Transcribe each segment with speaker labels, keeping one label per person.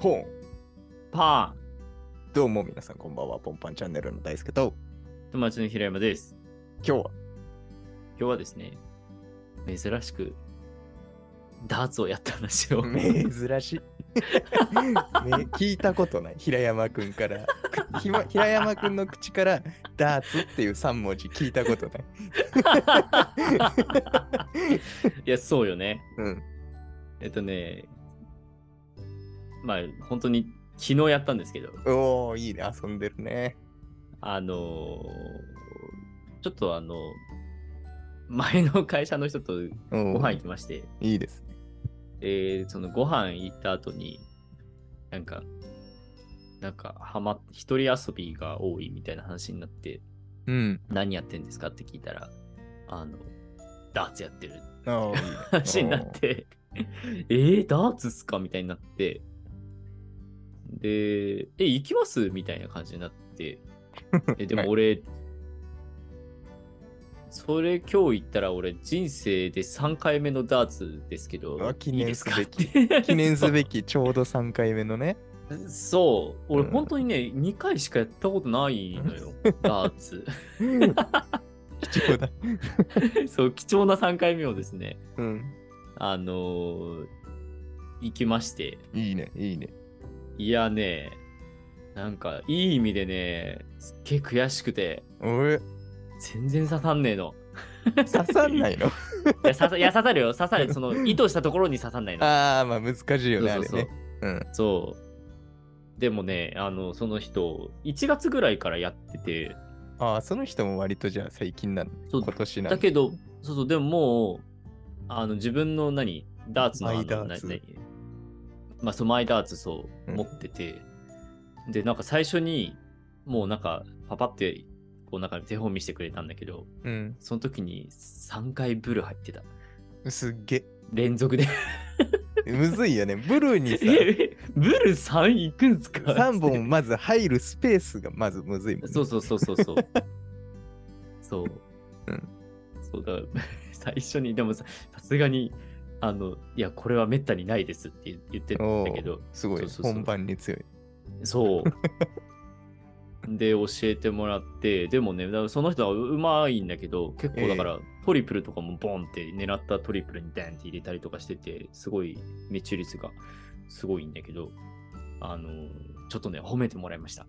Speaker 1: ポン
Speaker 2: パ
Speaker 1: どうも皆さんこんばんは、ポンパンチャンネルの大輔と、
Speaker 2: ン友達の平山です。
Speaker 1: 今日は、
Speaker 2: 今日はですね、珍しくダーツをやった話を。
Speaker 1: 珍 しい。ね聞いたことない、平山くんから。 ひま平山くんの口から、ダーツっていう3文字聞いたことない。
Speaker 2: いや、そうよね。
Speaker 1: うん。
Speaker 2: えっとね、まあ本当に昨日やったんですけど、
Speaker 1: おー、いいね、遊んでるね。
Speaker 2: あのーちょっとあの、前の会社の人と
Speaker 1: うん
Speaker 2: ご飯行きまして、
Speaker 1: いいですね。
Speaker 2: で、そのご飯行った後に、なんか、なんか、はま、一人遊びが多いみたいな話になって、
Speaker 1: うん。
Speaker 2: 何やってんですかって聞いたら、あの、ダーツやってるって
Speaker 1: おーいいね
Speaker 2: 話になって、 えー、ダーツっすかみたいになって、で、え、行きますみたいな感じになって、え、 でも俺、それ今日行ったら俺人生で3回目のダーツですけ
Speaker 1: うわ
Speaker 2: ど、
Speaker 1: 記
Speaker 2: いい
Speaker 1: 念
Speaker 2: ですす
Speaker 1: べ
Speaker 2: かっ
Speaker 1: き
Speaker 2: て
Speaker 1: 記念すべきちょうど3回目のね。
Speaker 2: そう。そう俺
Speaker 1: うん
Speaker 2: 本当にね、2回しかやったことないの よ、ダーツ。
Speaker 1: 貴重だ。
Speaker 2: そう、貴重な3回目をですね、
Speaker 1: うん。
Speaker 2: あのー行きまして、
Speaker 1: いいね、いいね。
Speaker 2: いやね、なんかいい意味でね、すっげえ悔しくて、
Speaker 1: おえ、
Speaker 2: 全然刺さんねえの。
Speaker 1: 刺さんないの
Speaker 2: いや刺さいや刺さるよ、刺さる、その意図したところに刺さんないの。
Speaker 1: ああ、まあ難しいよね、あ
Speaker 2: そう
Speaker 1: れ
Speaker 2: そう
Speaker 1: ね。うん。
Speaker 2: そう。そうでもね、あの、その人、1月ぐらいからやってて、
Speaker 1: ああ、その人も割とじゃあ最近なの。
Speaker 2: そう
Speaker 1: 今年なの。
Speaker 2: だけど、そうそう、でももう、あの、自分の何、ダーツのあの
Speaker 1: マイダーツ
Speaker 2: ななまあ、そう、マイダーツ、そう、
Speaker 1: うん
Speaker 2: 持ってて、で、なんか最初に、もうなんか、パパって、こう、なんか手本見せてくれたんだけど、
Speaker 1: うん。
Speaker 2: その時に3回ブル入ってた。
Speaker 1: すっげ
Speaker 2: 連続で。
Speaker 1: え。むずい よね。ブルーにさ、
Speaker 2: え ブル3いくんすか
Speaker 1: 3本まず入るスペースがまずむずいもん、ね。
Speaker 2: そうそうそうそう そう。そう。
Speaker 1: うん
Speaker 2: そうだ、 最初に、でもささすがに、あの、いや、これはめったにないですって言言ってたんだけど、
Speaker 1: すごい、
Speaker 2: そうそうそう
Speaker 1: 本番に強い。
Speaker 2: そう。で、教えてもらって、でもね、だからその人はううまいんだけど、結構だから、トリプルとかもボンって狙ったトリプルにダンって入れたりとかしてて、すごい、命中率がすごいんだけど、あの、ちょっとね、褒めてもらいました。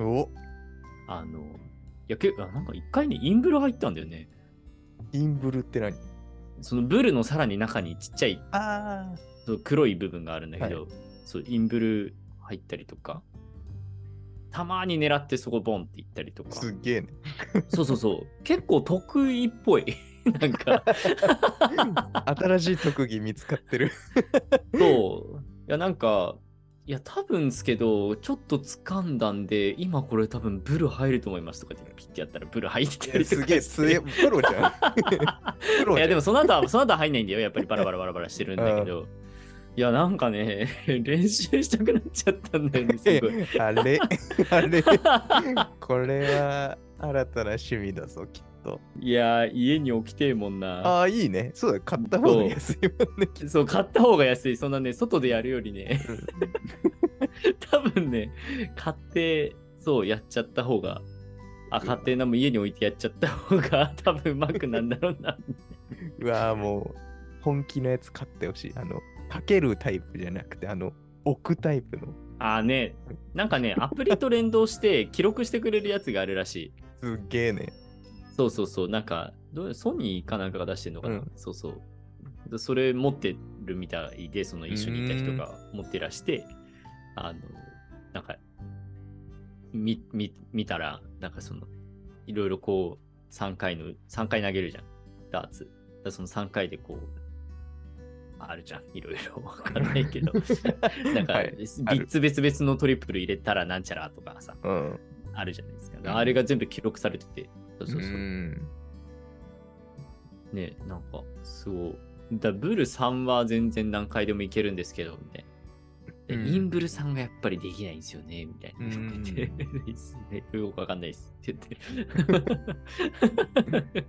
Speaker 1: お
Speaker 2: あの、いや、けあなんか一回ね、インブル入ったんだよね。
Speaker 1: インブルって何
Speaker 2: そのブルのさらに中にちっちゃい
Speaker 1: ああ。
Speaker 2: その黒い部分があるんだけど、そうインブル入ったりとか、たまに狙ってそこボンって行ったりとか、
Speaker 1: すっげえ ね。
Speaker 2: そうそうそう、結構得意っぽい。 なんか、
Speaker 1: 新しい特技見つかってる。
Speaker 2: そう、いや、なんか、いや、多分ですけど、ちょっと掴んだんで、今これ多分ブル入ると思いますとかってピッてやったらブル入ってたりと
Speaker 1: す
Speaker 2: か
Speaker 1: げえ、
Speaker 2: して
Speaker 1: すげえ、プロじ ゃん。プロ
Speaker 2: い
Speaker 1: じゃ
Speaker 2: や
Speaker 1: ん。
Speaker 2: でもその後はその後は入んないんだよやっぱりバラバラバラバラしてるんだけど、いやなんかね 練習したくなっちゃったんだよねすごい
Speaker 1: あ れあれこれは新たな趣味だぞ、きっと。
Speaker 2: いや家に置きてえもんな
Speaker 1: ああ、いいね。そうだ、買った方が安いもんね。
Speaker 2: そう買った方が安いそんなね外でやるよりね 多分ね買ってそうやっちゃった方があ買ってなもう家に置いてやっちゃった方が 多分うまくなんだろうな
Speaker 1: うわーもう、本気のやつ買ってほしい。あの、かけるタイプじゃなくて、あの、置くタイプの。
Speaker 2: あーねなんかねアプリと連動して記録してくれるやつがあるらしい
Speaker 1: すっげえね。
Speaker 2: そうそうそう、なんか、どうソニーかなんかが出してるのかな、
Speaker 1: うん
Speaker 2: そうそう。でそれ持ってるみたいで、その一緒にいた人が持ってらして、あの、なんか、み、み、見たら、なんかその、いろいろこう、3回の、3回投げるじゃん、ダーツ。だからその3回でこう、あるじゃん、いろいろ わからな いけど、なんか、
Speaker 1: はいある
Speaker 2: 別々々のトリプル入れたらなんちゃらとかさ、
Speaker 1: うん。
Speaker 2: あるじゃないですか。
Speaker 1: ん
Speaker 2: あれが全部記録されてて、そうそうそうう。
Speaker 1: ん
Speaker 2: ねなんかすごいだブル3は全然何回でもいけるんですけどみたいな、
Speaker 1: うん
Speaker 2: インブル3がやっぱりできないんですよねみたいな、
Speaker 1: うん
Speaker 2: ですねよくわかんないですって言って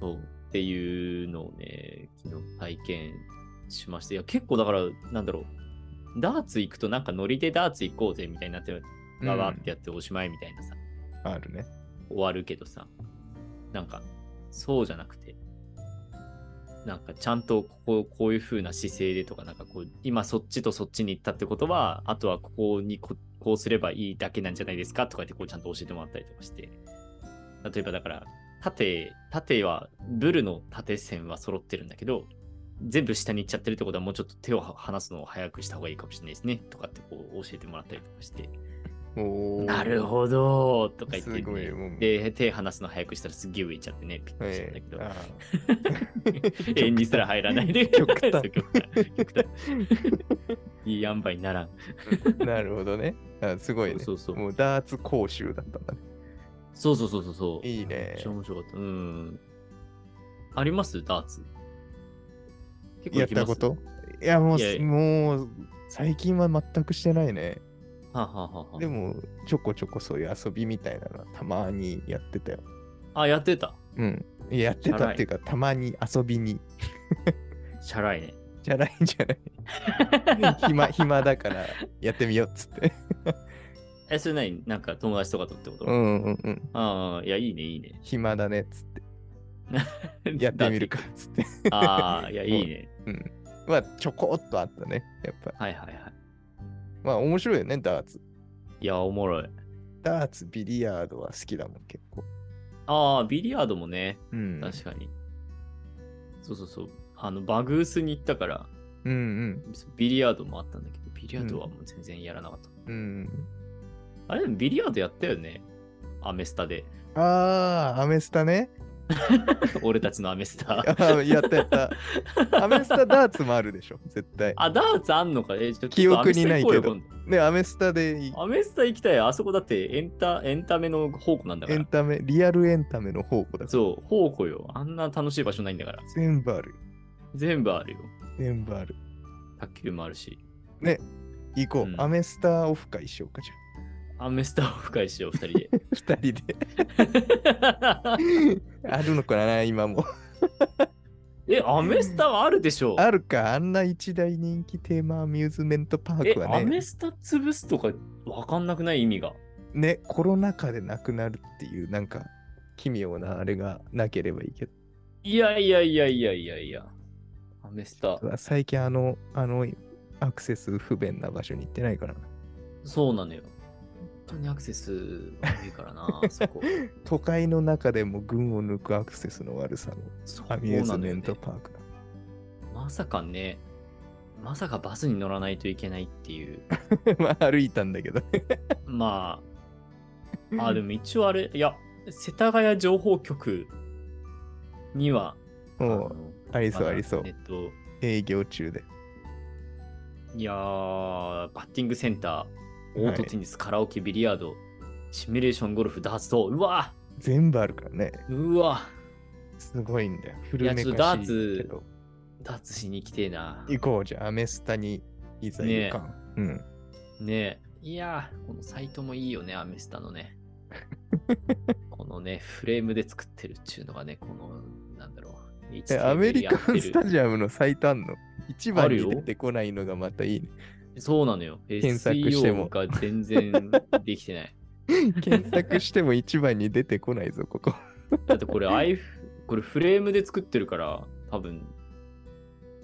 Speaker 2: そうっていうのをね昨日体験しましていや結構だからなんだろうダーツ行くとなんかノリでダーツ行こうぜみたいになってわわってやっておしまいみたいなさ、
Speaker 1: あるね。
Speaker 2: 終わるけどさなんかそうじゃなくてなんかちゃんとこここういう風な姿勢でとかなんかこう今そっちとそっちに行ったってことはあとはここにここうすればいいだけなんじゃないですかとかってこうちゃんと教えてもらったりとかして例えばだから縦縦はブルの縦線は揃ってるんだけど全部下に行っちゃってるってことはもうちょっと手を離すのを早くした方がいいかもしれないですねとかってこう教えてもらったりとかして
Speaker 1: おー
Speaker 2: なるほどとか言って、
Speaker 1: すごいもう
Speaker 2: で、手離すの早くしたらすっげえ上行っちゃってね、びっくりしたんだ
Speaker 1: え
Speaker 2: け
Speaker 1: え
Speaker 2: ど、
Speaker 1: あー
Speaker 2: 永遠にすら入らないで、
Speaker 1: 極端
Speaker 2: そう極端極端いい塩梅にならん。
Speaker 1: なるほどね。あすごいね。
Speaker 2: そうそうそう
Speaker 1: もうダーツ講習だったんだね。
Speaker 2: そうそうそうそうそう。
Speaker 1: いいね
Speaker 2: めっちゃ面白かった。うん。ありますダーツ。結
Speaker 1: やっ
Speaker 2: 行きま
Speaker 1: た
Speaker 2: す
Speaker 1: こといやもう
Speaker 2: いやいや
Speaker 1: もう最近は全くしてないね。
Speaker 2: はあ、はあはあは
Speaker 1: でもちょこちょこそういう遊びみたいなのはたまにやってたよ。
Speaker 2: あ、あ、やってた。
Speaker 1: うん。やってたっていうかたまに遊びに。
Speaker 2: シャラいね。
Speaker 1: じゃないんじゃ ない暇暇だからやってみようっつって。
Speaker 2: え、それ何なんか友達とかとってこと、
Speaker 1: う
Speaker 2: あ
Speaker 1: んうんうん。
Speaker 2: あ、いや、いいね、いいね。
Speaker 1: 暇だねっつって。やってみるかっつって。
Speaker 2: ダーツ。ああ、いや、いい ね。
Speaker 1: まあちょこっとあったね。やっぱ。
Speaker 2: はいはいはい。
Speaker 1: まあ面白いよね、ダーツ。
Speaker 2: いや、おもろい。
Speaker 1: ダーツ、ビリヤードは好きだもん、結構。
Speaker 2: ああ、ビリヤードもね、
Speaker 1: うん
Speaker 2: 確かに。そうそうそう。あの、バグースに行ったから、
Speaker 1: うんうん。
Speaker 2: ビリヤードもあったんだけど、ビリヤードはもう全然やらなかった。
Speaker 1: うん、
Speaker 2: あれ、でもビリヤードやったよね。アメス タで。
Speaker 1: ああ、アメスタね。
Speaker 2: 俺たちのアメス
Speaker 1: あ
Speaker 2: タ。
Speaker 1: ーやったやった。アメスタダーツもあるでしょ、絶対。
Speaker 2: あ、ダーツあんのか。え、ちょっと
Speaker 1: 記憶にないけど。
Speaker 2: アメスタ行こうよ
Speaker 1: ね、アメスタでいい
Speaker 2: 今度アメスタ行きたい。あそこだってエンタエンタメの宝庫なんだか
Speaker 1: エン
Speaker 2: ら。
Speaker 1: タメ、リアルエンタメの宝庫だから。
Speaker 2: そう、宝庫よ。あんな楽しい場所ないんだから。
Speaker 1: 全部ある。
Speaker 2: 全部あるよ。
Speaker 1: 全部ある。
Speaker 2: 卓球もあるし。
Speaker 1: 行こう。
Speaker 2: うん
Speaker 1: アメスタオフ会しようか、じゃ
Speaker 2: アメスタを深いしよう、二人で。
Speaker 1: あ。二人で。あるのかな、今も。
Speaker 2: え、アメスタはあるでしょう。
Speaker 1: あるか、あんな一大人気テーマアミューズメントパー
Speaker 2: え
Speaker 1: ク、は
Speaker 2: アメ
Speaker 1: ね、
Speaker 2: スタ潰すとかわかんなくない意味が。
Speaker 1: ね、コロナ禍でなくなるっていう、なんか、奇妙なあれがなければいいけど。
Speaker 2: いやいやいやいやいやいや。アメスタ
Speaker 1: う。わ最近あの、あの、アクセス不便な場所に行ってないからな。
Speaker 2: そうなのよ。本当にアクセス悪い からな、そこ。
Speaker 1: 都会の中でも群を抜くアクセスの悪さの
Speaker 2: そう
Speaker 1: アミューズ
Speaker 2: なの
Speaker 1: メ
Speaker 2: よ
Speaker 1: ン
Speaker 2: ね
Speaker 1: トパークだ。
Speaker 2: まさかね、まさかバスに乗らないといけないっていう。
Speaker 1: まあ歩いたんだけど。
Speaker 2: まあ、あ、でも一応あれ、いや、世田谷情報局には、
Speaker 1: もう、あり
Speaker 2: り
Speaker 1: そうありそう
Speaker 2: え。っと、
Speaker 1: 営業中で。
Speaker 2: いやー、バッティングセンター、オ
Speaker 1: はい
Speaker 2: ートテニス、カラオケ、ビリヤード、シミュレーション、ゴルフ、ダーツと、うわ
Speaker 1: 全部あるからね。
Speaker 2: ーうわ
Speaker 1: すごいんだよ。古
Speaker 2: や
Speaker 1: め
Speaker 2: ちょっとダ
Speaker 1: か
Speaker 2: ー
Speaker 1: し
Speaker 2: ツ
Speaker 1: いけど。
Speaker 2: ーダーツしに来てえな。
Speaker 1: 行こうじゃあ、アメスタにいざ行かん。うん。
Speaker 2: ねえ。いやー、このサイトもいいよね、アメスタ のね。このね、フレームで作ってるっちゅうのがね、この、なんだろう。一
Speaker 1: え、
Speaker 2: 世で
Speaker 1: アメリカ
Speaker 2: やって
Speaker 1: ン
Speaker 2: る
Speaker 1: スタジアムのサイトあんの一番
Speaker 2: ある
Speaker 1: に
Speaker 2: よ
Speaker 1: 出てこないのがまたいいね。
Speaker 2: そうなのよ。
Speaker 1: 検索しても
Speaker 2: SEO が全然できてない。
Speaker 1: 検索しても一番に出てこないぞ、ここ。
Speaker 2: だって これ、アイフこれフレームで作ってるから、多分、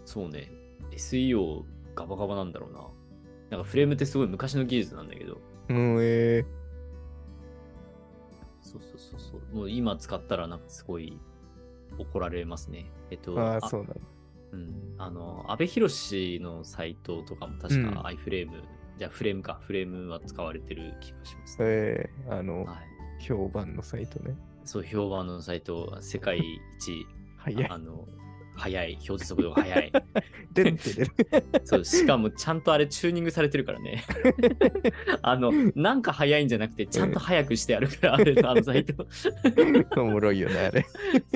Speaker 2: そうね、SEO ガバガバなんだろうな。なんかフレームってすごい昔の技術なんだけど、
Speaker 1: うん、えー
Speaker 2: そうそうそうそう、もう今使ったらなんかすごい怒られますね。えっと、
Speaker 1: ああ、
Speaker 2: あ
Speaker 1: そうなんだ。
Speaker 2: うん、あの、安倍博士のサイトとかも確
Speaker 1: うん
Speaker 2: か iFrame、じゃあフレームか、フレームは使われてる気がします、ね。
Speaker 1: えーあの、
Speaker 2: はい。
Speaker 1: 評判のサイトね。
Speaker 2: そう、評判のサイト、世界一、
Speaker 1: 早い
Speaker 2: あ。の、速い、表示速度が速い。
Speaker 1: 出る出る。
Speaker 2: そう、しかもちゃんとあれチューニングされてるから ね。あの、なんか早いんじゃなくて、ちゃんと早くしてあるから、あれのあのサイト。
Speaker 1: おもろいよね、あれ。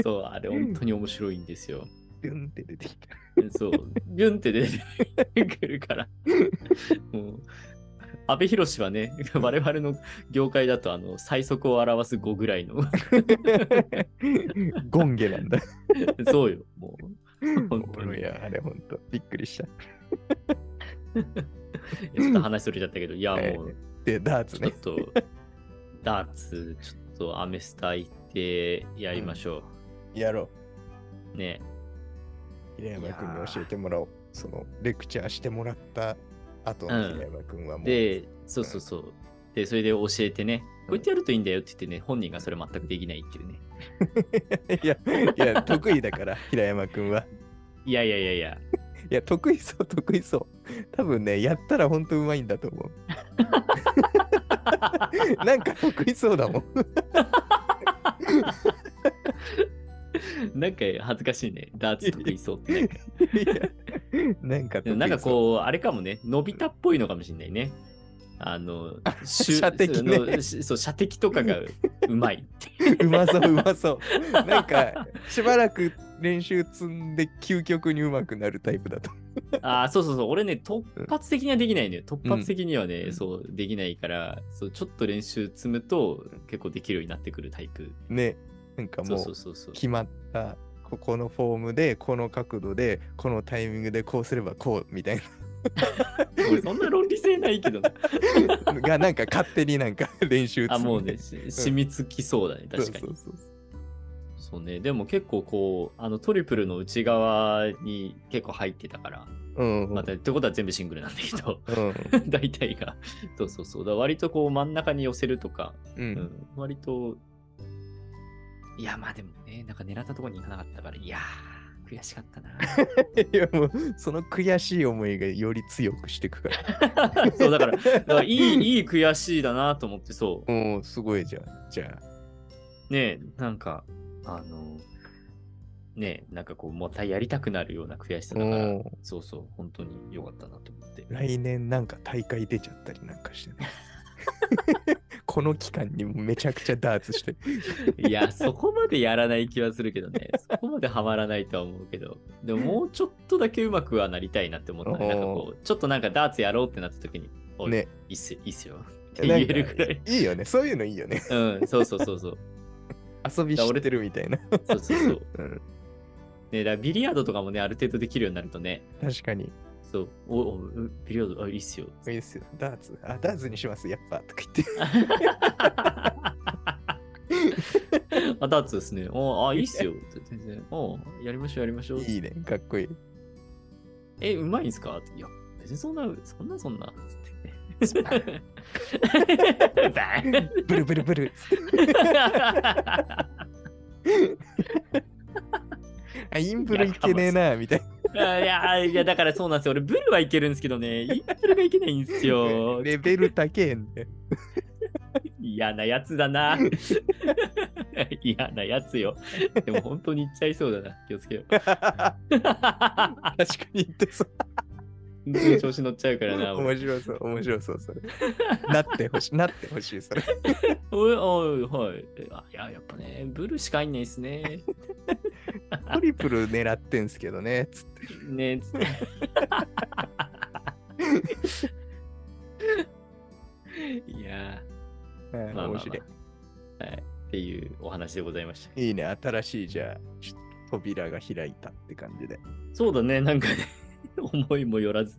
Speaker 2: そう、あれ本当に面白いんですよ。
Speaker 1: ドゥンって出てきた。
Speaker 2: そう、ビュンって出てくるから。もう、安倍博士はね、我々の業界だと、あの、最速を表す5ぐらいの、
Speaker 1: ゴンゲなんだ。
Speaker 2: そうよ、もう。
Speaker 1: お
Speaker 2: 本
Speaker 1: も
Speaker 2: 当
Speaker 1: ろ
Speaker 2: に
Speaker 1: い。や、あれ、ほんと。びっくりした。
Speaker 2: ちょっと話それちゃったけど、いや、もう、
Speaker 1: で、ダーツ
Speaker 2: ちょっ
Speaker 1: ね。
Speaker 2: と、ダーツ、ちょっとアメスタ行ってやりましょ
Speaker 1: やろ
Speaker 2: う。ね。
Speaker 1: う。平山くん
Speaker 2: いや
Speaker 1: に
Speaker 2: ー
Speaker 1: 教えてもらおう。その、レクチャーしてもらった後
Speaker 2: う
Speaker 1: の
Speaker 2: ん
Speaker 1: 平山くんはもう。
Speaker 2: で、そうそうそう。で、それで教えてね、こうやってやるといいんだよって言ってね、本人がそれ全くできないっていうね。
Speaker 1: いや、いや、得意だから、平山くんは。
Speaker 2: いやいやいや いや、
Speaker 1: いや、得意そう、得意そう。多分ね、やったらほんとうまいんだと思う。なんか得意そうだもん。
Speaker 2: なんか恥ずかしいね。ダーツ得意そうって なんか。
Speaker 1: いやなんか
Speaker 2: でもなんかこう、あれかもね、伸びたっぽいのかもしれないね。あの、しゅ
Speaker 1: 射的ね
Speaker 2: そのしそう、射的とかがうまい。
Speaker 1: うまそううまそう。 なんかしばらく練習積んで究極にうまくなるタイプだと。
Speaker 2: ああ、そうそうそう、俺ね、突発的にはできないのよ。突発的にはね、
Speaker 1: うん
Speaker 2: そう、できないから、そう、ちょっと練習積むと、結構できるようになってくるタイプ。
Speaker 1: ね。なんか
Speaker 2: そう
Speaker 1: も
Speaker 2: そううそうそう。
Speaker 1: 決まった。ここのフォームで、この角度で、このタイミングでこうすればこうみたい
Speaker 2: 俺そんな論理性ないけどな
Speaker 1: な のがなんか勝手になんか練習積んで。
Speaker 2: あ、もうね、し染みつきそうだね、
Speaker 1: そう
Speaker 2: 確
Speaker 1: そうそ
Speaker 2: かに
Speaker 1: う。そう。
Speaker 2: そうね、でも結構こう、あのトリプルの内側に結構入ってたから、
Speaker 1: うんうん。
Speaker 2: また、ってことは全部シングルなんだけど、
Speaker 1: うん
Speaker 2: 大体が。そうそうそう。だから割とこう真ん中に寄せるとか、
Speaker 1: う。
Speaker 2: うんん、割と、いや、まあでもね、なんか狙ったところに行かなかったから、いやー、悔しかっ た な。
Speaker 1: いやもう、その悔しい思いがより強くしていくから。
Speaker 2: そうだから、だからいい、いい悔しいだなと思って、そ
Speaker 1: もう、すごいじゃん。じゃあ。
Speaker 2: う。ねなんか、あの、ねなんかこう、またやりたくなるような悔しさだから、
Speaker 1: も
Speaker 2: そうそう、本当に良かったなと思って
Speaker 1: う。来年なんか大会出ちゃったりなんかしてね。 この期間にもめちゃくちゃダーツして。
Speaker 2: いや、そこまでやらない気はするけ どね、そこまでハマらないとは思うけど、でももうちょっとだけうまくはなりたいなって思った
Speaker 1: お
Speaker 2: ね。
Speaker 1: ー
Speaker 2: なんかこう、ちょっとなんかダーツやろうってなった時に、おい、
Speaker 1: ね。
Speaker 2: いいっすよ、いいっすよ。って言えるくらい。
Speaker 1: いいよね。そういうのいいよ ね。
Speaker 2: うん、そうそうそうそう。
Speaker 1: 遊びしてるみたいな。
Speaker 2: そうそうそう。
Speaker 1: うん
Speaker 2: ね、だからビリヤードとかもね、ある程度できるようになるとね、
Speaker 1: 確かに。
Speaker 2: そう、おお、うビリヤード、あ、いい っすよ。
Speaker 1: いいですよ。ダーツ。あ、ダーツにします。やっぱ。とか言って。
Speaker 2: あ、ダーツですね。おあ、いいっすよ。全然。おやりましょう、やりましょう。
Speaker 1: いいね。かっこいい。
Speaker 2: え、うまいんすかいや、別にそんな、そんな、そんな。つって
Speaker 1: バ
Speaker 2: ねバーン
Speaker 1: ブルブルブル。あ、インブルいけねえな、みたい
Speaker 2: いや、いや、だからそうなんですよ。俺、ブルはいけるんですけどね、インプルがいけないんです
Speaker 1: な。
Speaker 2: よ。
Speaker 1: レベル高えんで。
Speaker 2: 嫌なやつだな。嫌なやつよ。でも本当に言っちゃいそうだな。気をつけよう。
Speaker 1: 確か
Speaker 2: 本
Speaker 1: に言ってそう。
Speaker 2: 当に調子乗っちゃうからな。俺
Speaker 1: 面白そう。面白そう。それ。なってほしい。なってほしい。それ。
Speaker 2: おい、おい、はい。あいや、やっぱね、ブルしかいないですね。
Speaker 1: トリプル狙ってんすけどね。つって。
Speaker 2: ねつって。 いや
Speaker 1: うん
Speaker 2: ー、まあまあまあ
Speaker 1: 面白い。
Speaker 2: はい。っていうお話でございました。
Speaker 1: いいね。新しい、じゃあ、ちょっと扉が開いたって感じで。
Speaker 2: そうだね、 なんかね、思いもよらず、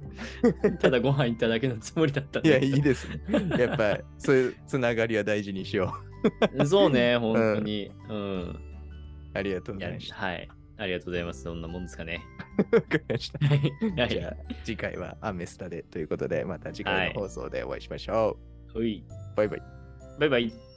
Speaker 2: ただご飯行っただけのつもりだったん
Speaker 1: い
Speaker 2: だ
Speaker 1: や、
Speaker 2: けど
Speaker 1: いいですね。やっぱ、そういうつながりは大事にしよ
Speaker 2: そうね、本当に。うん。
Speaker 1: う。ありがとうご
Speaker 2: いや
Speaker 1: ざいました。
Speaker 2: はい。ありがとうございます。そんなもんですかね。
Speaker 1: わかりました。
Speaker 2: は
Speaker 1: じ
Speaker 2: い
Speaker 1: ゃ。あ、次回はアメスタでということで、また次回の放送でお会いしましょ。
Speaker 2: ほいう
Speaker 1: バイバイ。
Speaker 2: バイバイ。